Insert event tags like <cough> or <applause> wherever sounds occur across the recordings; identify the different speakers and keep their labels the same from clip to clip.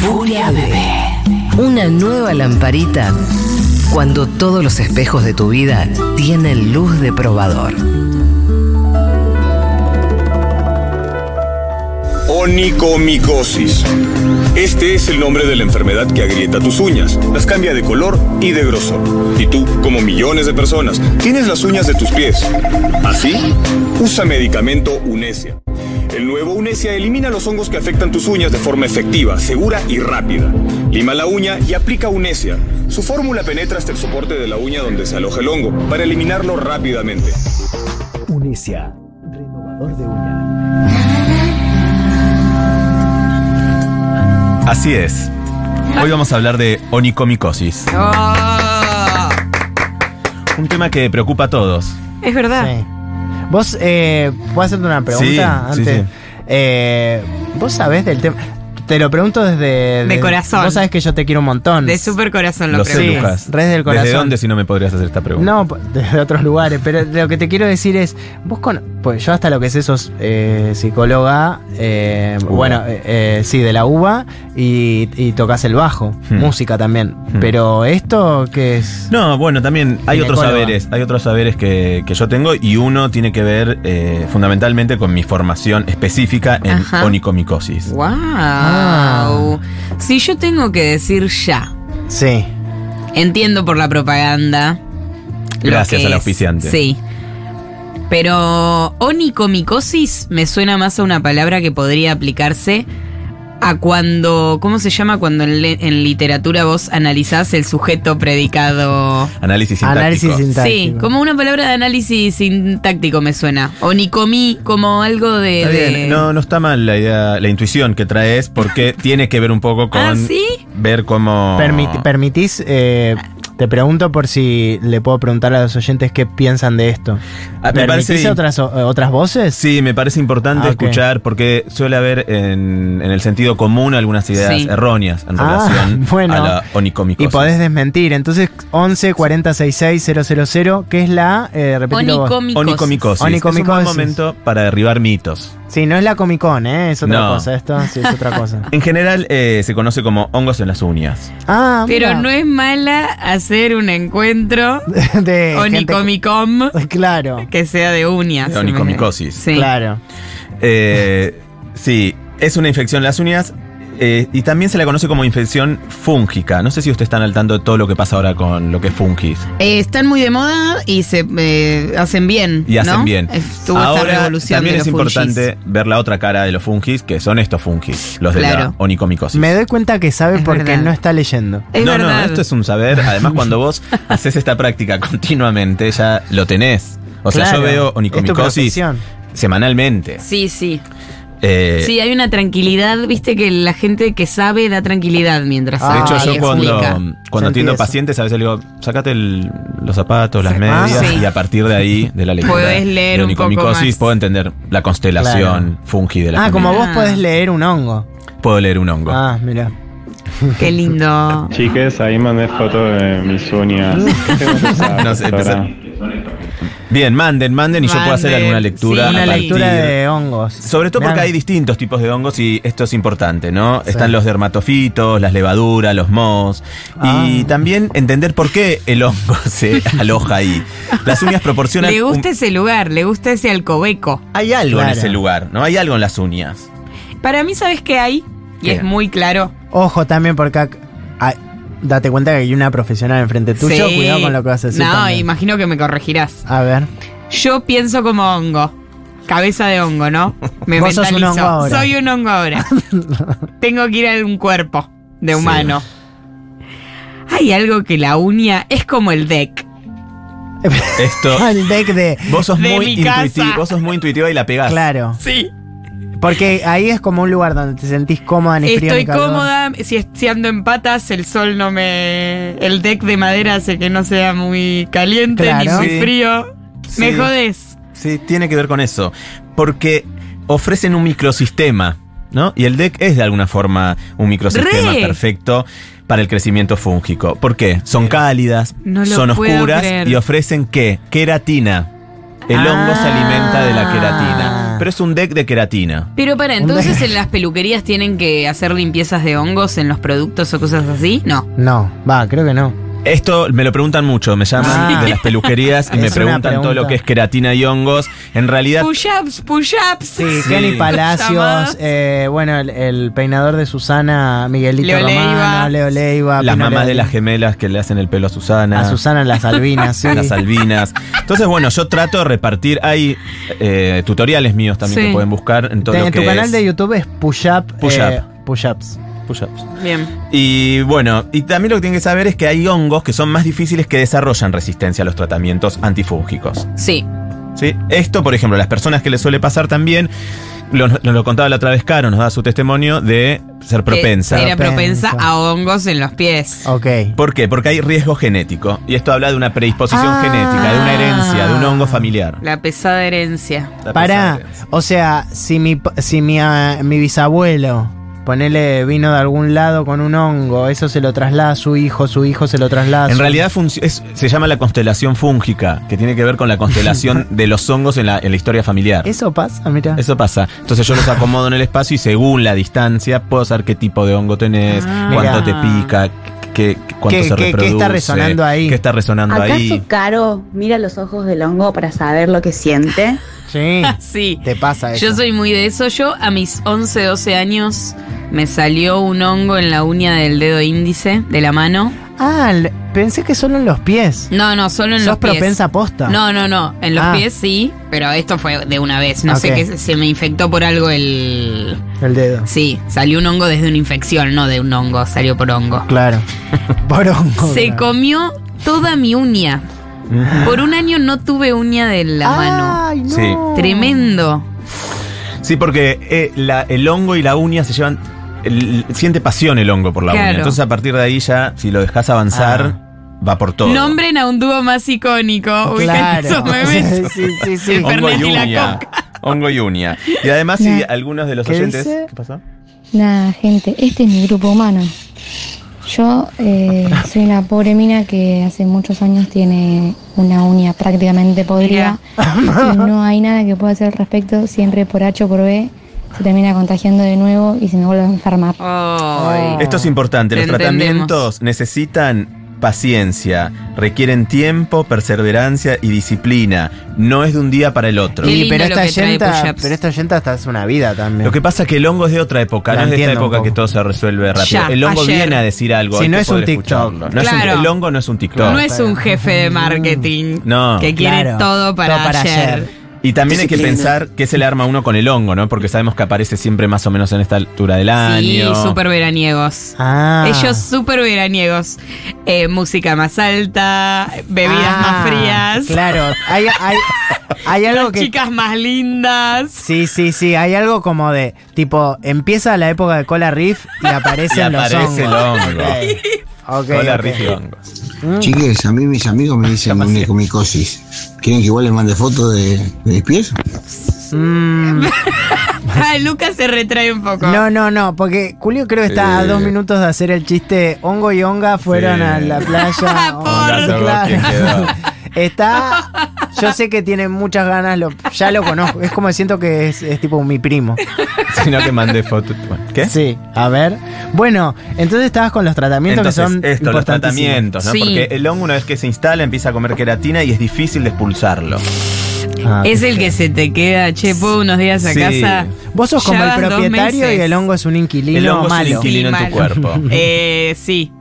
Speaker 1: Furia Bebé. Una nueva lamparita cuando todos los espejos de tu vida tienen luz de probador.
Speaker 2: Onicomicosis. Este es el nombre de la enfermedad que agrieta tus uñas, las cambia de color y de grosor. Y tú, como millones de personas, tienes las uñas de tus pies. Así, usa medicamento Unesia. El nuevo Unesia elimina los hongos que afectan tus uñas de forma efectiva, segura y rápida. Lima la uña y aplica Unesia. Su fórmula penetra hasta el soporte de la uña donde se aloja el hongo para eliminarlo rápidamente.
Speaker 3: Unesia, renovador de uña.
Speaker 4: Así es. Hoy vamos a hablar de onicomicosis. Un tema que preocupa a todos.
Speaker 5: Es verdad.
Speaker 6: Sí. <laughs> Vos, eh, ¿puedo hacerte una pregunta
Speaker 4: Sí, sí,
Speaker 6: antes?
Speaker 4: sí.
Speaker 6: Eh, ¿Vos sabés del tema? Te lo pregunto desde...
Speaker 5: De
Speaker 6: de-
Speaker 5: corazón.
Speaker 6: Vos sabés que yo te quiero un montón.
Speaker 5: De super corazón lo,
Speaker 4: Lo sé,
Speaker 5: pregunto.
Speaker 6: preguntas.
Speaker 4: Lucas.
Speaker 6: Sí, res del corazón.
Speaker 4: ¿Desde dónde si no me podrías hacer esta pregunta?
Speaker 6: No, po- de otros lugares, pero lo que te quiero decir es, vos con... Pues yo hasta lo que sé sos eh, psicóloga, eh,
Speaker 4: Uva.
Speaker 6: bueno, eh, eh, sí, de la uva y, y tocas el bajo,
Speaker 4: Hmm.
Speaker 6: música también.
Speaker 4: Hmm.
Speaker 6: Pero esto que es...
Speaker 4: No, bueno, también hay otros
Speaker 6: Ginecóloga.
Speaker 4: saberes, hay otros saberes que, que yo tengo y uno tiene que ver eh, fundamentalmente con mi formación específica en
Speaker 5: Ajá.
Speaker 4: onicomicosis.
Speaker 5: Wow.
Speaker 6: Ah.
Speaker 5: Si yo tengo que decir ya,
Speaker 6: Sí.
Speaker 5: entiendo por la propaganda. lo
Speaker 4: Gracias
Speaker 5: que
Speaker 4: al
Speaker 5: es.
Speaker 4: auspiciante.
Speaker 5: Sí. Pero onicomicosis me suena más a una palabra que podría aplicarse a cuando. ¿Cómo se llama? Cuando en, le- en literatura vos analizás el sujeto predicado.
Speaker 4: Análisis sintáctico.
Speaker 6: Análisis
Speaker 5: Sí,
Speaker 6: sintáctico.
Speaker 5: como una palabra de análisis sintáctico me suena. Onicomi, como algo de.
Speaker 4: Está bien,
Speaker 5: de-
Speaker 4: No, no está mal la idea, la intuición que traes,
Speaker 5: <laughs>
Speaker 4: porque tiene que ver un poco con
Speaker 5: Ah, ¿sí?
Speaker 4: ver cómo.
Speaker 6: Permit- permitís, eh, te pregunto por si le puedo preguntar a los oyentes qué piensan de esto.
Speaker 4: Ah, me
Speaker 6: ¿Permitís
Speaker 4: parece-
Speaker 6: otras, o- eh, otras voces?
Speaker 4: Sí, me parece importante
Speaker 6: Ah, ok.
Speaker 4: escuchar porque suele haber en, en el sentido común algunas ideas
Speaker 5: Sí.
Speaker 4: erróneas en
Speaker 6: Ah,
Speaker 4: relación
Speaker 6: <laughs> bueno.
Speaker 4: a la onicomicosis.
Speaker 6: Y podés desmentir. Entonces, 11 40 66 000, que es la. Eh, repetilo vos.
Speaker 5: Onicomicosis.
Speaker 4: Onicomicosis. Es un buen
Speaker 6: Onicomicosis.
Speaker 4: momento para derribar mitos.
Speaker 6: Sí, no es la Comic Con, ¿eh? Es otra
Speaker 4: No.
Speaker 6: cosa esto. Sí, es otra
Speaker 4: <laughs>
Speaker 6: cosa.
Speaker 4: En general eh, se conoce como hongos en las uñas.
Speaker 6: Ah,
Speaker 5: Pero
Speaker 6: mira.
Speaker 5: no es mala hacer un encuentro
Speaker 6: <laughs> De gente-
Speaker 5: onicomicom
Speaker 6: Claro,
Speaker 5: que sea de uñas.
Speaker 4: De onicomicosis.
Speaker 5: Sí.
Speaker 6: claro. <laughs>
Speaker 4: Eh, sí, es una infección en las uñas eh, y también se la conoce como infección fúngica. No sé si ustedes están al tanto de todo lo que pasa ahora con lo que es fungis.
Speaker 5: Eh, están muy de moda y se eh, hacen bien.
Speaker 4: Y hacen
Speaker 5: ¿no?
Speaker 4: bien.
Speaker 5: Estuvo
Speaker 4: Ahora,
Speaker 5: esta revolución
Speaker 4: también
Speaker 5: de
Speaker 4: es
Speaker 5: los fungis.
Speaker 4: importante ver la otra cara de los fungis, que son estos fungis, los de la
Speaker 5: Claro.
Speaker 4: onicomicosis.
Speaker 6: Me doy cuenta que sabe
Speaker 5: Es
Speaker 6: porque
Speaker 5: verdad.
Speaker 6: no está leyendo.
Speaker 5: Es
Speaker 4: no, no,
Speaker 5: verdad.
Speaker 4: esto es un saber. Además, cuando
Speaker 5: <laughs>
Speaker 4: vos haces esta práctica continuamente, ya lo tenés. O sea,
Speaker 6: Claro,
Speaker 4: yo veo
Speaker 6: es tu
Speaker 4: onicomicosis
Speaker 6: profesión.
Speaker 4: semanalmente.
Speaker 5: Sí, sí.
Speaker 4: Eh,
Speaker 5: Sí, hay una tranquilidad, viste que la gente que sabe da tranquilidad mientras
Speaker 6: Ah,
Speaker 4: De
Speaker 5: sabe
Speaker 4: hecho,
Speaker 5: y
Speaker 4: yo cuando,
Speaker 5: explica.
Speaker 4: cuando
Speaker 6: Sentí
Speaker 4: atiendo
Speaker 6: eso.
Speaker 4: pacientes, a veces le digo, sacate el- los zapatos, las
Speaker 6: Ah,
Speaker 4: medias,
Speaker 5: sí.
Speaker 4: y a partir de ahí, de la lectura
Speaker 5: Podés leer
Speaker 4: de
Speaker 5: un poco
Speaker 4: onicomicosis,
Speaker 5: más.
Speaker 4: puedo entender la constelación fungi de la
Speaker 6: Ah, como
Speaker 4: familia.
Speaker 6: vos
Speaker 5: Ah.
Speaker 6: podés leer un hongo.
Speaker 4: Puedo leer un hongo.
Speaker 6: Ah, mira.
Speaker 5: Qué lindo.
Speaker 7: Chiques, ahí mandé fotos de mis uñas. ¿Qué tengo que usar,
Speaker 4: No sé,
Speaker 7: doctora?
Speaker 4: Bien, manden, manden y yo puedo hacer
Speaker 5: Manden.
Speaker 4: alguna lectura.
Speaker 5: Sí,
Speaker 4: a
Speaker 6: Una
Speaker 4: partir-
Speaker 6: lectura de hongos.
Speaker 4: Sobre todo porque
Speaker 6: Mirá.
Speaker 4: hay distintos tipos de hongos y esto es importante, ¿no?
Speaker 6: Sí.
Speaker 4: Están los dermatofitos, las levaduras, los mohos. Y
Speaker 6: Ah.
Speaker 4: también entender por qué el hongo <laughs> se aloja ahí. Las uñas proporcionan.
Speaker 5: Le gusta
Speaker 4: un-
Speaker 5: ese lugar, le gusta ese alcobeco.
Speaker 4: Hay algo en
Speaker 6: Claro.
Speaker 4: ese lugar, ¿no? Hay algo en las uñas.
Speaker 5: Para mí, ¿sabes qué hay? Y
Speaker 4: ¿Qué?
Speaker 5: es muy claro.
Speaker 6: Ojo también porque ac- ah, date cuenta que hay una profesional enfrente tuyo,
Speaker 5: Sí.
Speaker 6: cuidado con lo que vas a decir.
Speaker 5: No,
Speaker 6: también.
Speaker 5: imagino que me corregirás.
Speaker 6: A ver.
Speaker 5: Yo pienso como hongo. Cabeza de hongo, ¿no? Me
Speaker 6: Vos sos un
Speaker 5: mentalizo.
Speaker 6: hongo ahora.
Speaker 5: Soy un hongo ahora.
Speaker 6: <laughs>
Speaker 5: Tengo que ir a un cuerpo de
Speaker 4: Sí.
Speaker 5: humano. Hay algo que la uña es como el deck.
Speaker 4: Esto.
Speaker 6: <laughs>
Speaker 5: <laughs>
Speaker 6: El deck de.
Speaker 4: Vos sos,
Speaker 5: De
Speaker 4: muy
Speaker 5: mi casa.
Speaker 4: intuitiva, vos sos muy intuitiva y la pegás.
Speaker 6: Claro.
Speaker 5: Sí.
Speaker 6: Porque ahí es como un lugar donde te sentís cómoda ni frío ni
Speaker 5: Estoy
Speaker 6: calor.
Speaker 5: cómoda. Si, es- si ando en patas, el sol no me. El deck de madera hace que no sea muy caliente ni
Speaker 6: Claro.
Speaker 5: muy
Speaker 4: Sí.
Speaker 5: frío.
Speaker 4: Sí.
Speaker 5: Me jodes.
Speaker 4: Sí, tiene que ver con eso. Porque ofrecen un microsistema, ¿no? Y el DEC es de alguna forma un microsistema
Speaker 5: ¡Re!
Speaker 4: perfecto para el crecimiento fúngico. ¿Por qué? Son cálidas,
Speaker 5: No lo
Speaker 4: son
Speaker 5: puedo
Speaker 4: oscuras
Speaker 5: creer.
Speaker 4: y ofrecen qué? Queratina. El hongo se
Speaker 6: Ah.
Speaker 4: alimenta de la queratina.
Speaker 5: Ah.
Speaker 4: pero es un deck de queratina.
Speaker 5: Pero para, entonces en las peluquerías tienen que hacer limpiezas de hongos en los productos o cosas así. No.
Speaker 6: No, va, creo que no.
Speaker 4: Esto me lo preguntan mucho, me llaman
Speaker 6: Ah.
Speaker 4: de las peluquerías y me
Speaker 6: <laughs> Es una
Speaker 4: preguntan todo
Speaker 6: pregunta.
Speaker 4: lo que es queratina y hongos. En realidad,
Speaker 5: Push-ups, push-ups.
Speaker 6: Sí, Kenny Palacios,
Speaker 5: Llamadas.
Speaker 6: eh, bueno, el, el peinador de Susana, Miguelito
Speaker 5: Leo
Speaker 6: Romano,
Speaker 5: Leiva.
Speaker 6: Leo Leiva.
Speaker 4: las
Speaker 6: Pino
Speaker 4: mamás de
Speaker 6: Leo-
Speaker 4: las gemelas que le hacen el pelo a Susana.
Speaker 6: A Susana
Speaker 4: <laughs>
Speaker 6: las albinas, sí.
Speaker 4: Las albinas. Entonces, bueno, yo trato de repartir. Hay eh, tutoriales míos también
Speaker 5: Sí.
Speaker 4: que pueden buscar en todo
Speaker 6: Te-
Speaker 4: lo
Speaker 6: en
Speaker 4: que
Speaker 6: tu canal
Speaker 4: es
Speaker 6: de YouTube es Push Up.
Speaker 4: Push
Speaker 6: eh,
Speaker 4: Up.
Speaker 6: push Ups.
Speaker 4: push-ups.
Speaker 5: Bien.
Speaker 4: Y bueno, y también lo que tienen que saber es que hay hongos que son más difíciles que desarrollan resistencia a los tratamientos antifúngicos.
Speaker 5: Sí.
Speaker 4: ¿sí? Esto, por ejemplo, a las personas que les suele pasar también, lo- nos lo contaba la otra vez Caro, nos da su testimonio de
Speaker 6: Eh,
Speaker 4: ser propensa.
Speaker 5: Que Era propensa
Speaker 6: Propensa.
Speaker 5: a hongos en los pies.
Speaker 6: Ok.
Speaker 4: ¿Por qué? Porque hay riesgo genético. Y esto habla de una predisposición
Speaker 6: Ah.
Speaker 4: genética, de una herencia, de un hongo familiar.
Speaker 5: La pesada herencia.
Speaker 4: La pesada
Speaker 6: Pará,
Speaker 4: herencia.
Speaker 6: o sea, si mi, pa- si mi, ah, mi bisabuelo ponele vino de algún lado con un hongo, eso se lo traslada a su hijo, su hijo se lo traslada a
Speaker 4: En
Speaker 6: su-
Speaker 4: realidad func- es- se llama la constelación fúngica, que tiene que ver con la
Speaker 6: <laughs>
Speaker 4: constelación de los hongos en la, en la historia familiar.
Speaker 6: Eso pasa, mira.
Speaker 4: Eso pasa. Entonces yo los acomodo en el espacio y según la distancia puedo saber qué tipo de hongo tenés,
Speaker 5: Ah.
Speaker 4: cuánto te
Speaker 5: Mirá.
Speaker 4: pica, qué, qué- cuánto se
Speaker 6: ¿Qué- qué- qué está
Speaker 4: reproduce.
Speaker 6: resonando ahí?
Speaker 4: ¿Qué está resonando ahí?
Speaker 8: ¿Acaso Caro mira los ojos del hongo para saber lo que <laughs> siente?
Speaker 5: <laughs>
Speaker 6: Sí,
Speaker 5: Sí.
Speaker 6: te pasa eso.
Speaker 5: Yo soy muy de eso. Yo a mis 11, 12 años me salió un hongo en la uña del dedo índice de la mano.
Speaker 6: Ah, l- pensé que solo en los pies.
Speaker 5: No, no, solo en
Speaker 6: ¿Sos
Speaker 5: los pies.
Speaker 6: propensa posta?
Speaker 5: No, no, no. En los
Speaker 6: Ah.
Speaker 5: pies sí, pero esto fue de una vez. No
Speaker 6: Ok.
Speaker 5: sé qué se me infectó por algo el.
Speaker 6: El dedo.
Speaker 5: Sí, salió un hongo desde una infección, no de un hongo, salió por hongo. <laughs>
Speaker 6: Claro. Por hongo.
Speaker 5: Se
Speaker 6: claro.
Speaker 5: comió toda mi uña. Por un año no tuve uña de la
Speaker 6: Ah.
Speaker 5: mano.
Speaker 6: Ay, no.
Speaker 4: Sí.
Speaker 5: Tremendo.
Speaker 4: Sí, porque eh, la- el hongo y la uña se llevan. el- siente pasión el hongo por la uña.
Speaker 5: Claro. Ah.
Speaker 4: Entonces a partir de ahí ya, si lo dejas avanzar, va por todo.
Speaker 5: Nombren a un dúo más icónico. Ubican
Speaker 6: Claro.
Speaker 5: esos memes.
Speaker 6: <laughs> Sí, sí, sí.
Speaker 5: El
Speaker 4: Hongo y
Speaker 5: Fernet y la
Speaker 4: uña. Hongo y uña. Y además, si
Speaker 8: Nah.
Speaker 4: algunos de los
Speaker 6: ¿Qué
Speaker 4: oyentes.
Speaker 6: dice?
Speaker 4: ¿Qué pasó?
Speaker 9: Nada, gente, este es mi grupo humano. Yo eh, soy una pobre mina que hace muchos años tiene una uña prácticamente podrida. y No hay nada que pueda hacer al respecto. Siempre por H o por B se termina contagiando de nuevo y se me vuelve a enfermar.
Speaker 5: Ay.
Speaker 4: Esto es importante. Los
Speaker 5: Te entendemos.
Speaker 4: tratamientos necesitan paciencia, requieren tiempo, perseverancia y disciplina. No es de un día para el otro.
Speaker 5: Qué
Speaker 6: Y,
Speaker 5: lindo lo
Speaker 6: pero, esta
Speaker 5: que trae
Speaker 6: yenta,
Speaker 5: push-ups.
Speaker 6: pero esta yenta hasta hace una vida también.
Speaker 4: Lo que pasa es que el hongo es de otra época,
Speaker 6: La
Speaker 4: no es de esta
Speaker 6: entiendo un
Speaker 4: época que
Speaker 6: poco.
Speaker 4: todo se resuelve rápido.
Speaker 5: Ya,
Speaker 4: el hongo
Speaker 5: ayer.
Speaker 4: viene a decir algo.
Speaker 6: Si
Speaker 4: hay
Speaker 6: no
Speaker 4: que
Speaker 6: es un
Speaker 4: poder
Speaker 6: TikTok.
Speaker 4: escucharlo. No es un-
Speaker 5: Claro.
Speaker 4: el hongo no es un TikTok.
Speaker 5: No es un jefe de marketing
Speaker 4: No.
Speaker 5: que quiere
Speaker 6: Claro,
Speaker 5: todo para,
Speaker 6: todo para
Speaker 5: ayer.
Speaker 6: ayer.
Speaker 4: Y también hay que pensar que se le arma uno con el hongo, ¿no? Porque sabemos que aparece siempre más o menos en esta altura del
Speaker 5: Sí,
Speaker 4: año.
Speaker 5: súper veraniegos.
Speaker 6: Ah.
Speaker 5: Ellos súper veraniegos. Eh, música más alta, bebidas
Speaker 6: Ah,
Speaker 5: más frías,
Speaker 6: Claro, hay, hay,
Speaker 4: <laughs>
Speaker 6: hay algo que.
Speaker 5: chicas más
Speaker 6: <laughs>
Speaker 5: lindas.
Speaker 6: Sí, sí, sí, hay algo como de. Tipo, empieza la época de Cola Riff
Speaker 4: <laughs>
Speaker 6: y aparecen
Speaker 4: Y aparece
Speaker 6: los
Speaker 4: el
Speaker 6: hongos.
Speaker 4: hongo.
Speaker 6: Ok, ok,
Speaker 4: Hola,
Speaker 6: ok.
Speaker 4: Riff y hongo. <laughs>
Speaker 10: Chiques, a mí mis amigos me dicen onicomicosis. ¿Quieren que igual les mande fotos de, de mis pies?
Speaker 6: Mm,
Speaker 5: Ah, Lucas se retrae un poco.
Speaker 6: no, no, no, porque Julio creo que está a
Speaker 4: Eh.
Speaker 6: dos minutos de hacer el chiste. Hongo y honga fueron
Speaker 4: Sí.
Speaker 6: a la playa.
Speaker 4: <laughs>
Speaker 5: Por-
Speaker 6: Honga,
Speaker 4: Andá a saber quién quedó.
Speaker 6: <laughs> Está. Yo sé que tiene muchas ganas, lo- ya lo conozco. Es como siento que es, es tipo mi primo.
Speaker 4: Sino que mandé fotos. ¿Qué?
Speaker 6: Sí, a ver. Bueno, entonces estabas con los tratamientos
Speaker 4: Entonces,
Speaker 6: que son.
Speaker 4: esto, los
Speaker 6: importantísimos.
Speaker 4: tratamientos, ¿no?
Speaker 5: Sí.
Speaker 4: Porque el hongo, una vez que se instala, empieza a comer queratina y es difícil de expulsarlo.
Speaker 6: Ah,
Speaker 5: Es
Speaker 6: qué
Speaker 5: el que
Speaker 6: feo.
Speaker 5: se te queda, che, puedo unos días a
Speaker 4: Sí.
Speaker 5: casa.
Speaker 6: Vos sos como
Speaker 5: Ya
Speaker 6: el
Speaker 5: van dos
Speaker 6: propietario y
Speaker 5: meses.
Speaker 6: el hongo es un inquilino
Speaker 4: El hongo es un
Speaker 6: malo.
Speaker 4: inquilino. en tu
Speaker 5: malo.
Speaker 4: cuerpo.
Speaker 5: Eh, sí.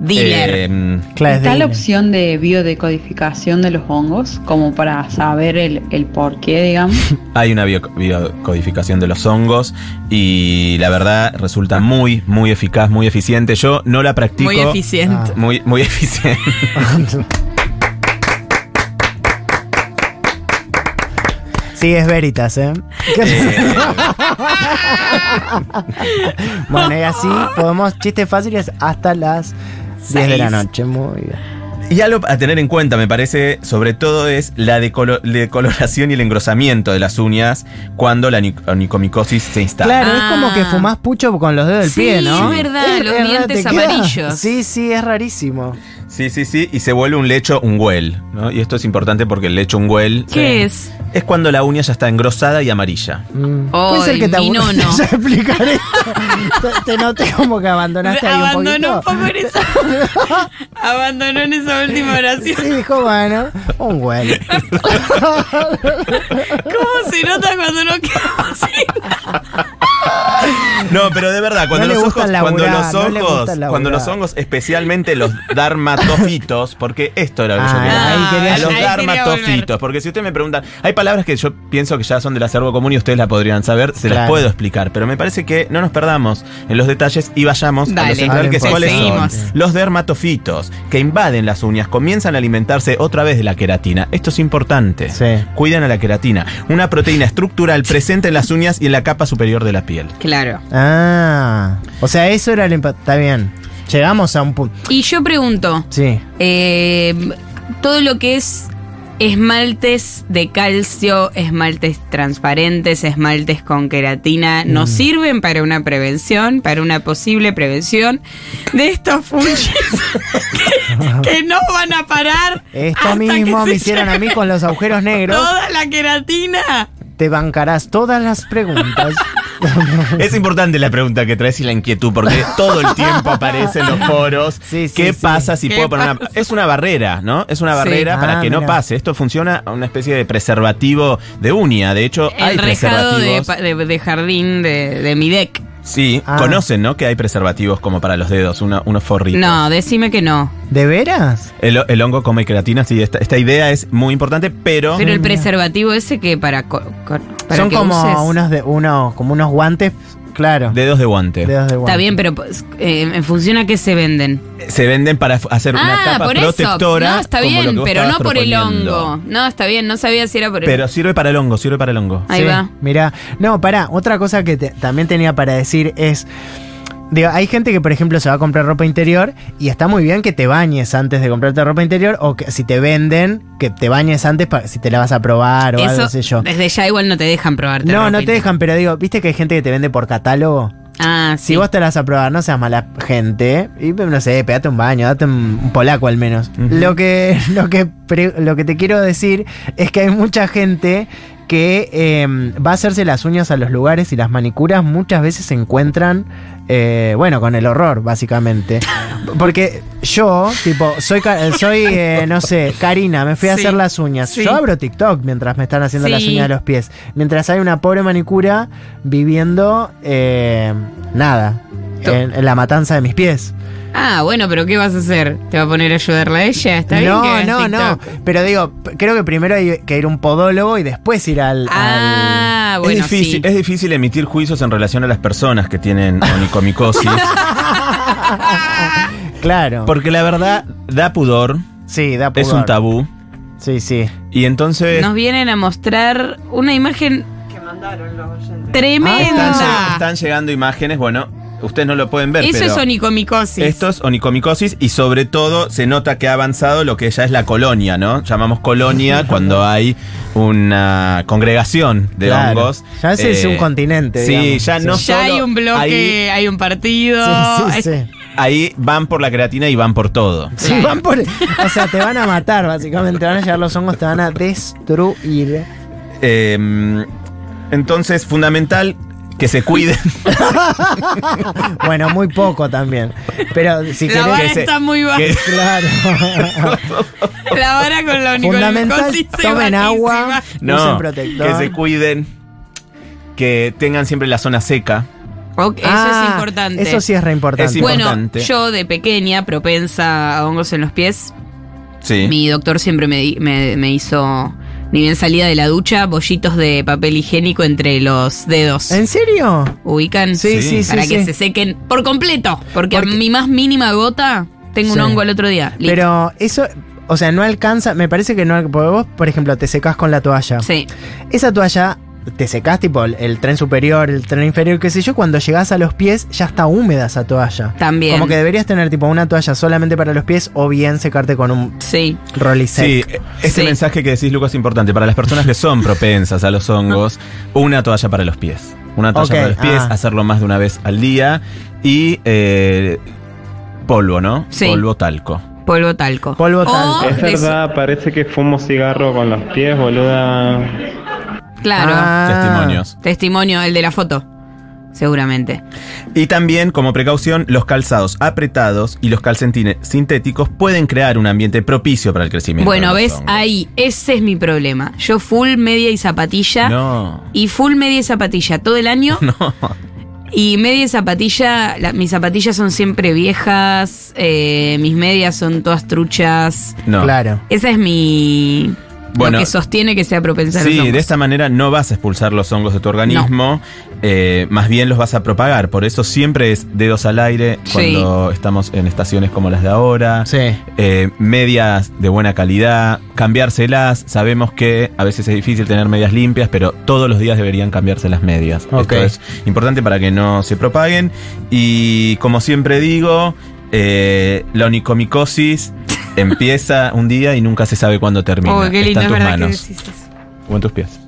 Speaker 5: Dealer.
Speaker 4: Eh,
Speaker 6: Claro, Ah, es de
Speaker 8: ¿Está la
Speaker 6: él.
Speaker 8: opción de biodecodificación de los hongos? Como para saber el, el por qué, digamos.
Speaker 4: Hay una bio- biocodificación de los hongos y la verdad resulta muy, muy eficaz, muy eficiente. Yo no la practico. Ah.
Speaker 5: Muy
Speaker 6: Ah,
Speaker 5: eficiente.
Speaker 4: Muy, muy eficiente. <laughs>
Speaker 6: Sí, es Veritas, ¿eh?
Speaker 4: Eh,
Speaker 6: <laughs> Bueno, y así podemos chistes fáciles hasta las 10 de
Speaker 5: Seis.
Speaker 6: la noche. Muy bien.
Speaker 4: y algo a tener en cuenta, me parece, sobre todo es la decolo- decoloración y el engrosamiento de las uñas cuando la ni- onicomicosis se instala.
Speaker 6: Claro,
Speaker 5: Ah.
Speaker 6: es como que fumás pucho con los dedos del
Speaker 5: Sí,
Speaker 6: pie, ¿no?
Speaker 5: es verdad, los
Speaker 6: raro,
Speaker 5: dientes
Speaker 6: te queda-
Speaker 5: amarillos.
Speaker 6: Sí, sí, es rarísimo.
Speaker 4: Sí, sí, sí, y se vuelve un lecho ungüel, ¿no? Y esto es importante porque el lecho ungüel
Speaker 5: ¿Qué es?
Speaker 4: es cuando la uña ya está engrosada y amarilla.
Speaker 5: Oh,
Speaker 6: ser que te
Speaker 5: mi <laughs>
Speaker 6: aburriste
Speaker 5: nono.
Speaker 6: ya explicar esto. te, te noté como que abandonaste ahí un
Speaker 5: Abandonó
Speaker 6: poquito.
Speaker 5: un poco en esa.
Speaker 6: <laughs>
Speaker 5: Abandonó en esa última oración.
Speaker 6: Sí, dijo, bueno, un güey.
Speaker 5: ¿Cómo se nota cuando no queda así?
Speaker 4: No, pero de verdad, cuando
Speaker 6: No le
Speaker 4: los
Speaker 6: gusta
Speaker 4: ojos, cuando
Speaker 6: laburar,
Speaker 4: los
Speaker 6: no le gusta
Speaker 4: ojos,
Speaker 6: laburar.
Speaker 4: cuando los hongos, especialmente los dermatofitos, porque esto era lo que yo
Speaker 6: Ah,
Speaker 4: quería.
Speaker 6: ahí quería
Speaker 4: a los
Speaker 5: llegar. Ahí quería
Speaker 4: dermatofitos,
Speaker 5: volver.
Speaker 4: porque si ustedes me preguntan, hay palabras que yo pienso que ya son del acervo común y ustedes la podrían saber, se las
Speaker 6: Claro.
Speaker 4: puedo explicar, pero me parece que no nos perdamos en los detalles y vayamos a
Speaker 5: Dale.
Speaker 4: lo central,
Speaker 6: Dale,
Speaker 4: que es
Speaker 6: por
Speaker 4: cuáles son.
Speaker 5: seguimos.
Speaker 4: Los dermatofitos, que invaden las uñas, comienzan a alimentarse otra vez de la queratina. Esto es importante.
Speaker 6: Sí.
Speaker 4: Cuidan a la queratina, una proteína estructural presente en las uñas y en la capa superior de la piel.
Speaker 5: Claro.
Speaker 6: Ah, o sea, eso era el empate. Está bien. Llegamos a un punto.
Speaker 5: Y yo pregunto,
Speaker 6: Sí.
Speaker 5: eh, todo lo que es esmaltes de calcio, esmaltes transparentes, esmaltes con queratina,
Speaker 6: Mm.
Speaker 5: ¿nos sirven para una prevención, para una posible prevención de estos
Speaker 6: <laughs>
Speaker 5: fungis que, que no van a parar?
Speaker 6: Esto
Speaker 5: hasta
Speaker 6: mismo
Speaker 5: que
Speaker 6: me
Speaker 5: se
Speaker 6: hicieron a mí con los agujeros negros.
Speaker 5: Toda la queratina.
Speaker 6: Te bancarás todas las preguntas.
Speaker 4: <laughs> Es importante la pregunta que traes y la inquietud, porque todo el tiempo aparece en los foros.
Speaker 6: Sí, sí,
Speaker 4: ¿Qué
Speaker 6: sí.
Speaker 4: pasa si
Speaker 5: ¿Qué
Speaker 4: puedo poner una.?
Speaker 5: pasa?
Speaker 4: Es una barrera, ¿no? Es una
Speaker 5: Sí.
Speaker 4: barrera para
Speaker 6: Ah,
Speaker 4: que no
Speaker 6: mira.
Speaker 4: pase. Esto funciona a una especie de preservativo de uña. De hecho, hay
Speaker 5: El rejado de,
Speaker 4: preservativos.
Speaker 5: pa- de- de jardín de, de mi deck.
Speaker 4: sí,
Speaker 6: Ah.
Speaker 4: conocen, ¿no? Que hay preservativos como para los dedos, una- unos forritos.
Speaker 5: No, decime que no.
Speaker 6: ¿De veras?
Speaker 4: El, el hongo come queratina, sí, esta, esta idea es muy importante, pero.
Speaker 5: Pero el
Speaker 6: mira.
Speaker 5: preservativo ese que para, co- co- para
Speaker 6: Son
Speaker 5: que
Speaker 6: como
Speaker 5: uses-
Speaker 6: unos de uno, como unos guantes, claro.
Speaker 4: Dedos de guante.
Speaker 6: Dedos de
Speaker 5: Está
Speaker 6: guante.
Speaker 5: bien, pero pues, eh, en función a qué se venden.
Speaker 4: Se venden para f- hacer una
Speaker 5: ah,
Speaker 4: capa
Speaker 5: por
Speaker 4: protectora.
Speaker 5: eso. No, está
Speaker 4: como lo que
Speaker 5: bien,
Speaker 4: vos
Speaker 5: pero no
Speaker 4: estabas
Speaker 5: por el
Speaker 4: proponiendo.
Speaker 5: hongo. No, está bien, no sabía si era por el
Speaker 4: Pero sirve para el hongo, sirve para el hongo.
Speaker 5: Ahí va.
Speaker 6: Mira, no, pará, otra cosa que te- también tenía para decir es. Digo, hay gente que, por ejemplo, se va a comprar ropa interior y está muy bien que te bañes antes de comprarte ropa interior o que si te venden, que te bañes antes para si te la vas a probar o algo,
Speaker 5: Eso,
Speaker 6: no sé yo.
Speaker 5: desde ya igual no te dejan probarte.
Speaker 6: No, no
Speaker 5: ropa
Speaker 6: te dejan, pero digo, viste que hay gente que te vende por catálogo.
Speaker 5: interior. Ah, sí.
Speaker 6: Si vos te la vas a probar, no seas mala gente. Y no sé, pegate un baño, date un, un polaco al menos.
Speaker 4: Ujú.
Speaker 6: Lo que, <laughs> lo que pre- lo que te quiero decir es que hay mucha gente que eh, va a hacerse las uñas a los lugares y las manicuras muchas veces se encuentran, eh, bueno, con el
Speaker 5: <laughs>
Speaker 6: horror, básicamente. Porque yo, tipo, soy, ca- eh, soy eh, no sé, Karina, me fui a
Speaker 5: Sí,
Speaker 6: hacer las uñas.
Speaker 5: sí.
Speaker 6: Yo abro TikTok mientras me están haciendo las
Speaker 5: Sí.
Speaker 6: uñas de los pies. Mientras hay una pobre manicura viviendo eh, nada.
Speaker 5: To-
Speaker 6: En, en la matanza de mis pies.
Speaker 5: Ah, bueno, pero ¿qué vas a hacer? ¿Te va a poner a ayudarla a ella? Está bien.
Speaker 6: no,
Speaker 5: que hagas
Speaker 6: no, no.
Speaker 5: TikTok.
Speaker 6: Pero digo, p- creo que primero hay que ir a un podólogo y después ir al. al-
Speaker 5: Ah, bueno,
Speaker 4: es, difícil,
Speaker 5: sí.
Speaker 4: es difícil emitir juicios en relación a las personas que
Speaker 5: <laughs>
Speaker 4: tienen onicomicosis.
Speaker 6: Claro.
Speaker 4: porque la verdad da pudor,
Speaker 6: sí, da
Speaker 4: es
Speaker 6: pudor.
Speaker 4: un tabú.
Speaker 6: Sí, sí.
Speaker 4: Y entonces.
Speaker 5: Nos vienen a mostrar una imagen
Speaker 6: Ah,
Speaker 5: tremenda.
Speaker 4: están, lle- están llegando imágenes, bueno, ustedes no lo pueden ver,
Speaker 5: Eso
Speaker 4: pero.
Speaker 5: es onicomicosis.
Speaker 4: esto es onicomicosis y sobre todo se nota que ha avanzado lo que ya es la colonia, ¿no? Llamamos
Speaker 5: <laughs>
Speaker 4: colonia cuando hay una congregación de
Speaker 6: Claro.
Speaker 4: hongos. eh,
Speaker 6: Ya ese es un continente,
Speaker 4: Sí,
Speaker 6: digamos.
Speaker 4: ya no
Speaker 5: ya
Speaker 4: solo
Speaker 5: hay un bloque,
Speaker 4: ahí-
Speaker 5: hay un partido.
Speaker 6: sí, sí, sí.
Speaker 5: <laughs>
Speaker 4: ahí van por la creatina y van por todo.
Speaker 6: Sí, van por- o sea, te van a matar, básicamente. Te van a llevar los hongos, te van a destruir.
Speaker 4: Eh, entonces, fundamental que se cuiden.
Speaker 6: Bueno, muy poco también. Pero si
Speaker 5: La vara
Speaker 6: querés.
Speaker 4: se-
Speaker 5: está muy baja.
Speaker 4: que-
Speaker 6: Claro.
Speaker 5: La vara con la
Speaker 6: Fundamental,
Speaker 5: onicomicosis se
Speaker 6: tomen
Speaker 5: batísima.
Speaker 6: agua, usen
Speaker 4: <laughs> no,
Speaker 6: protector.
Speaker 4: que se cuiden. Que tengan siempre la zona seca.
Speaker 5: Ok, eso
Speaker 6: Ah,
Speaker 5: es importante.
Speaker 6: Eso sí es re importante.
Speaker 4: Es
Speaker 5: bueno,
Speaker 4: importante.
Speaker 5: yo de pequeña, propensa a hongos en los pies,
Speaker 4: Sí.
Speaker 5: mi doctor siempre me, di- me- me hizo, ni bien salida de la ducha, bollitos de papel higiénico entre los dedos.
Speaker 6: ¿En serio?
Speaker 5: ¿Ubican?
Speaker 4: Sí.
Speaker 6: Sí, sí, sí.
Speaker 5: Para que
Speaker 6: sí.
Speaker 5: se sequen por completo. Porque,
Speaker 6: Porque-
Speaker 5: a mi más mínima gota, tengo
Speaker 6: Sí.
Speaker 5: un hongo al otro día. Listo.
Speaker 6: Pero eso, o sea, no alcanza. Me parece que no. Porque vos, por ejemplo, te secás con la toalla.
Speaker 5: Sí.
Speaker 6: Esa toalla te secás, tipo el, el tren superior, el tren inferior, qué sé yo. Cuando llegás a los pies, ya está húmeda esa toalla.
Speaker 5: También.
Speaker 6: Como que deberías tener, tipo, una toalla solamente para los pies o bien secarte con un
Speaker 5: Sí.
Speaker 6: rolisec.
Speaker 4: Sí, este
Speaker 5: Sí.
Speaker 4: mensaje que decís, Lucas, es importante. Para las personas que son propensas a los hongos, una toalla para los pies. Una toalla
Speaker 6: Ok,
Speaker 4: para los pies,
Speaker 6: ah.
Speaker 4: hacerlo más de una vez al día. Y eh, polvo, ¿no?
Speaker 5: Sí.
Speaker 4: Polvo talco.
Speaker 5: Polvo talco.
Speaker 6: Polvo
Speaker 5: O
Speaker 6: talco.
Speaker 7: Es
Speaker 5: de-
Speaker 7: verdad, parece que fumo cigarro con los pies, boluda.
Speaker 5: Claro.
Speaker 6: Ah.
Speaker 4: Testimonios.
Speaker 5: Testimonio, el de la foto. Seguramente.
Speaker 4: Y también, como precaución, los calzados apretados y los calcetines sintéticos pueden crear un ambiente propicio para el crecimiento.
Speaker 5: bueno,
Speaker 4: de los
Speaker 5: ves,
Speaker 4: hongos.
Speaker 5: ahí, ese es mi problema. Yo full media y zapatilla.
Speaker 4: No. <laughs>
Speaker 5: Y full media y zapatilla todo el año.
Speaker 4: No.
Speaker 5: Y media y zapatilla, la- mis zapatillas son siempre viejas, eh, mis medias son todas truchas.
Speaker 4: No.
Speaker 6: Claro.
Speaker 5: Esa es mi...
Speaker 4: Bueno.
Speaker 5: lo que sostiene que sea propensa a los
Speaker 4: Sí,
Speaker 5: hongos.
Speaker 4: de esta manera no vas a expulsar los hongos de tu organismo, eh, más bien los vas a propagar. Por eso siempre es dedos al aire
Speaker 5: Sí.
Speaker 4: cuando estamos en estaciones como las de ahora.
Speaker 6: Sí.
Speaker 4: Eh, medias de buena calidad, cambiárselas. Sabemos que a veces es difícil tener medias limpias, pero todos los días deberían cambiarse las medias.
Speaker 6: Ok.
Speaker 4: Esto es importante para que no se propaguen. Y como siempre digo, eh, la onicomicosis <laughs> empieza un día y nunca se sabe cuándo termina.
Speaker 5: Oh, qué
Speaker 4: Está
Speaker 5: lindo,
Speaker 4: en
Speaker 5: es
Speaker 4: tus
Speaker 5: verdad que
Speaker 4: manos
Speaker 5: decís eso.
Speaker 4: o en tus pies.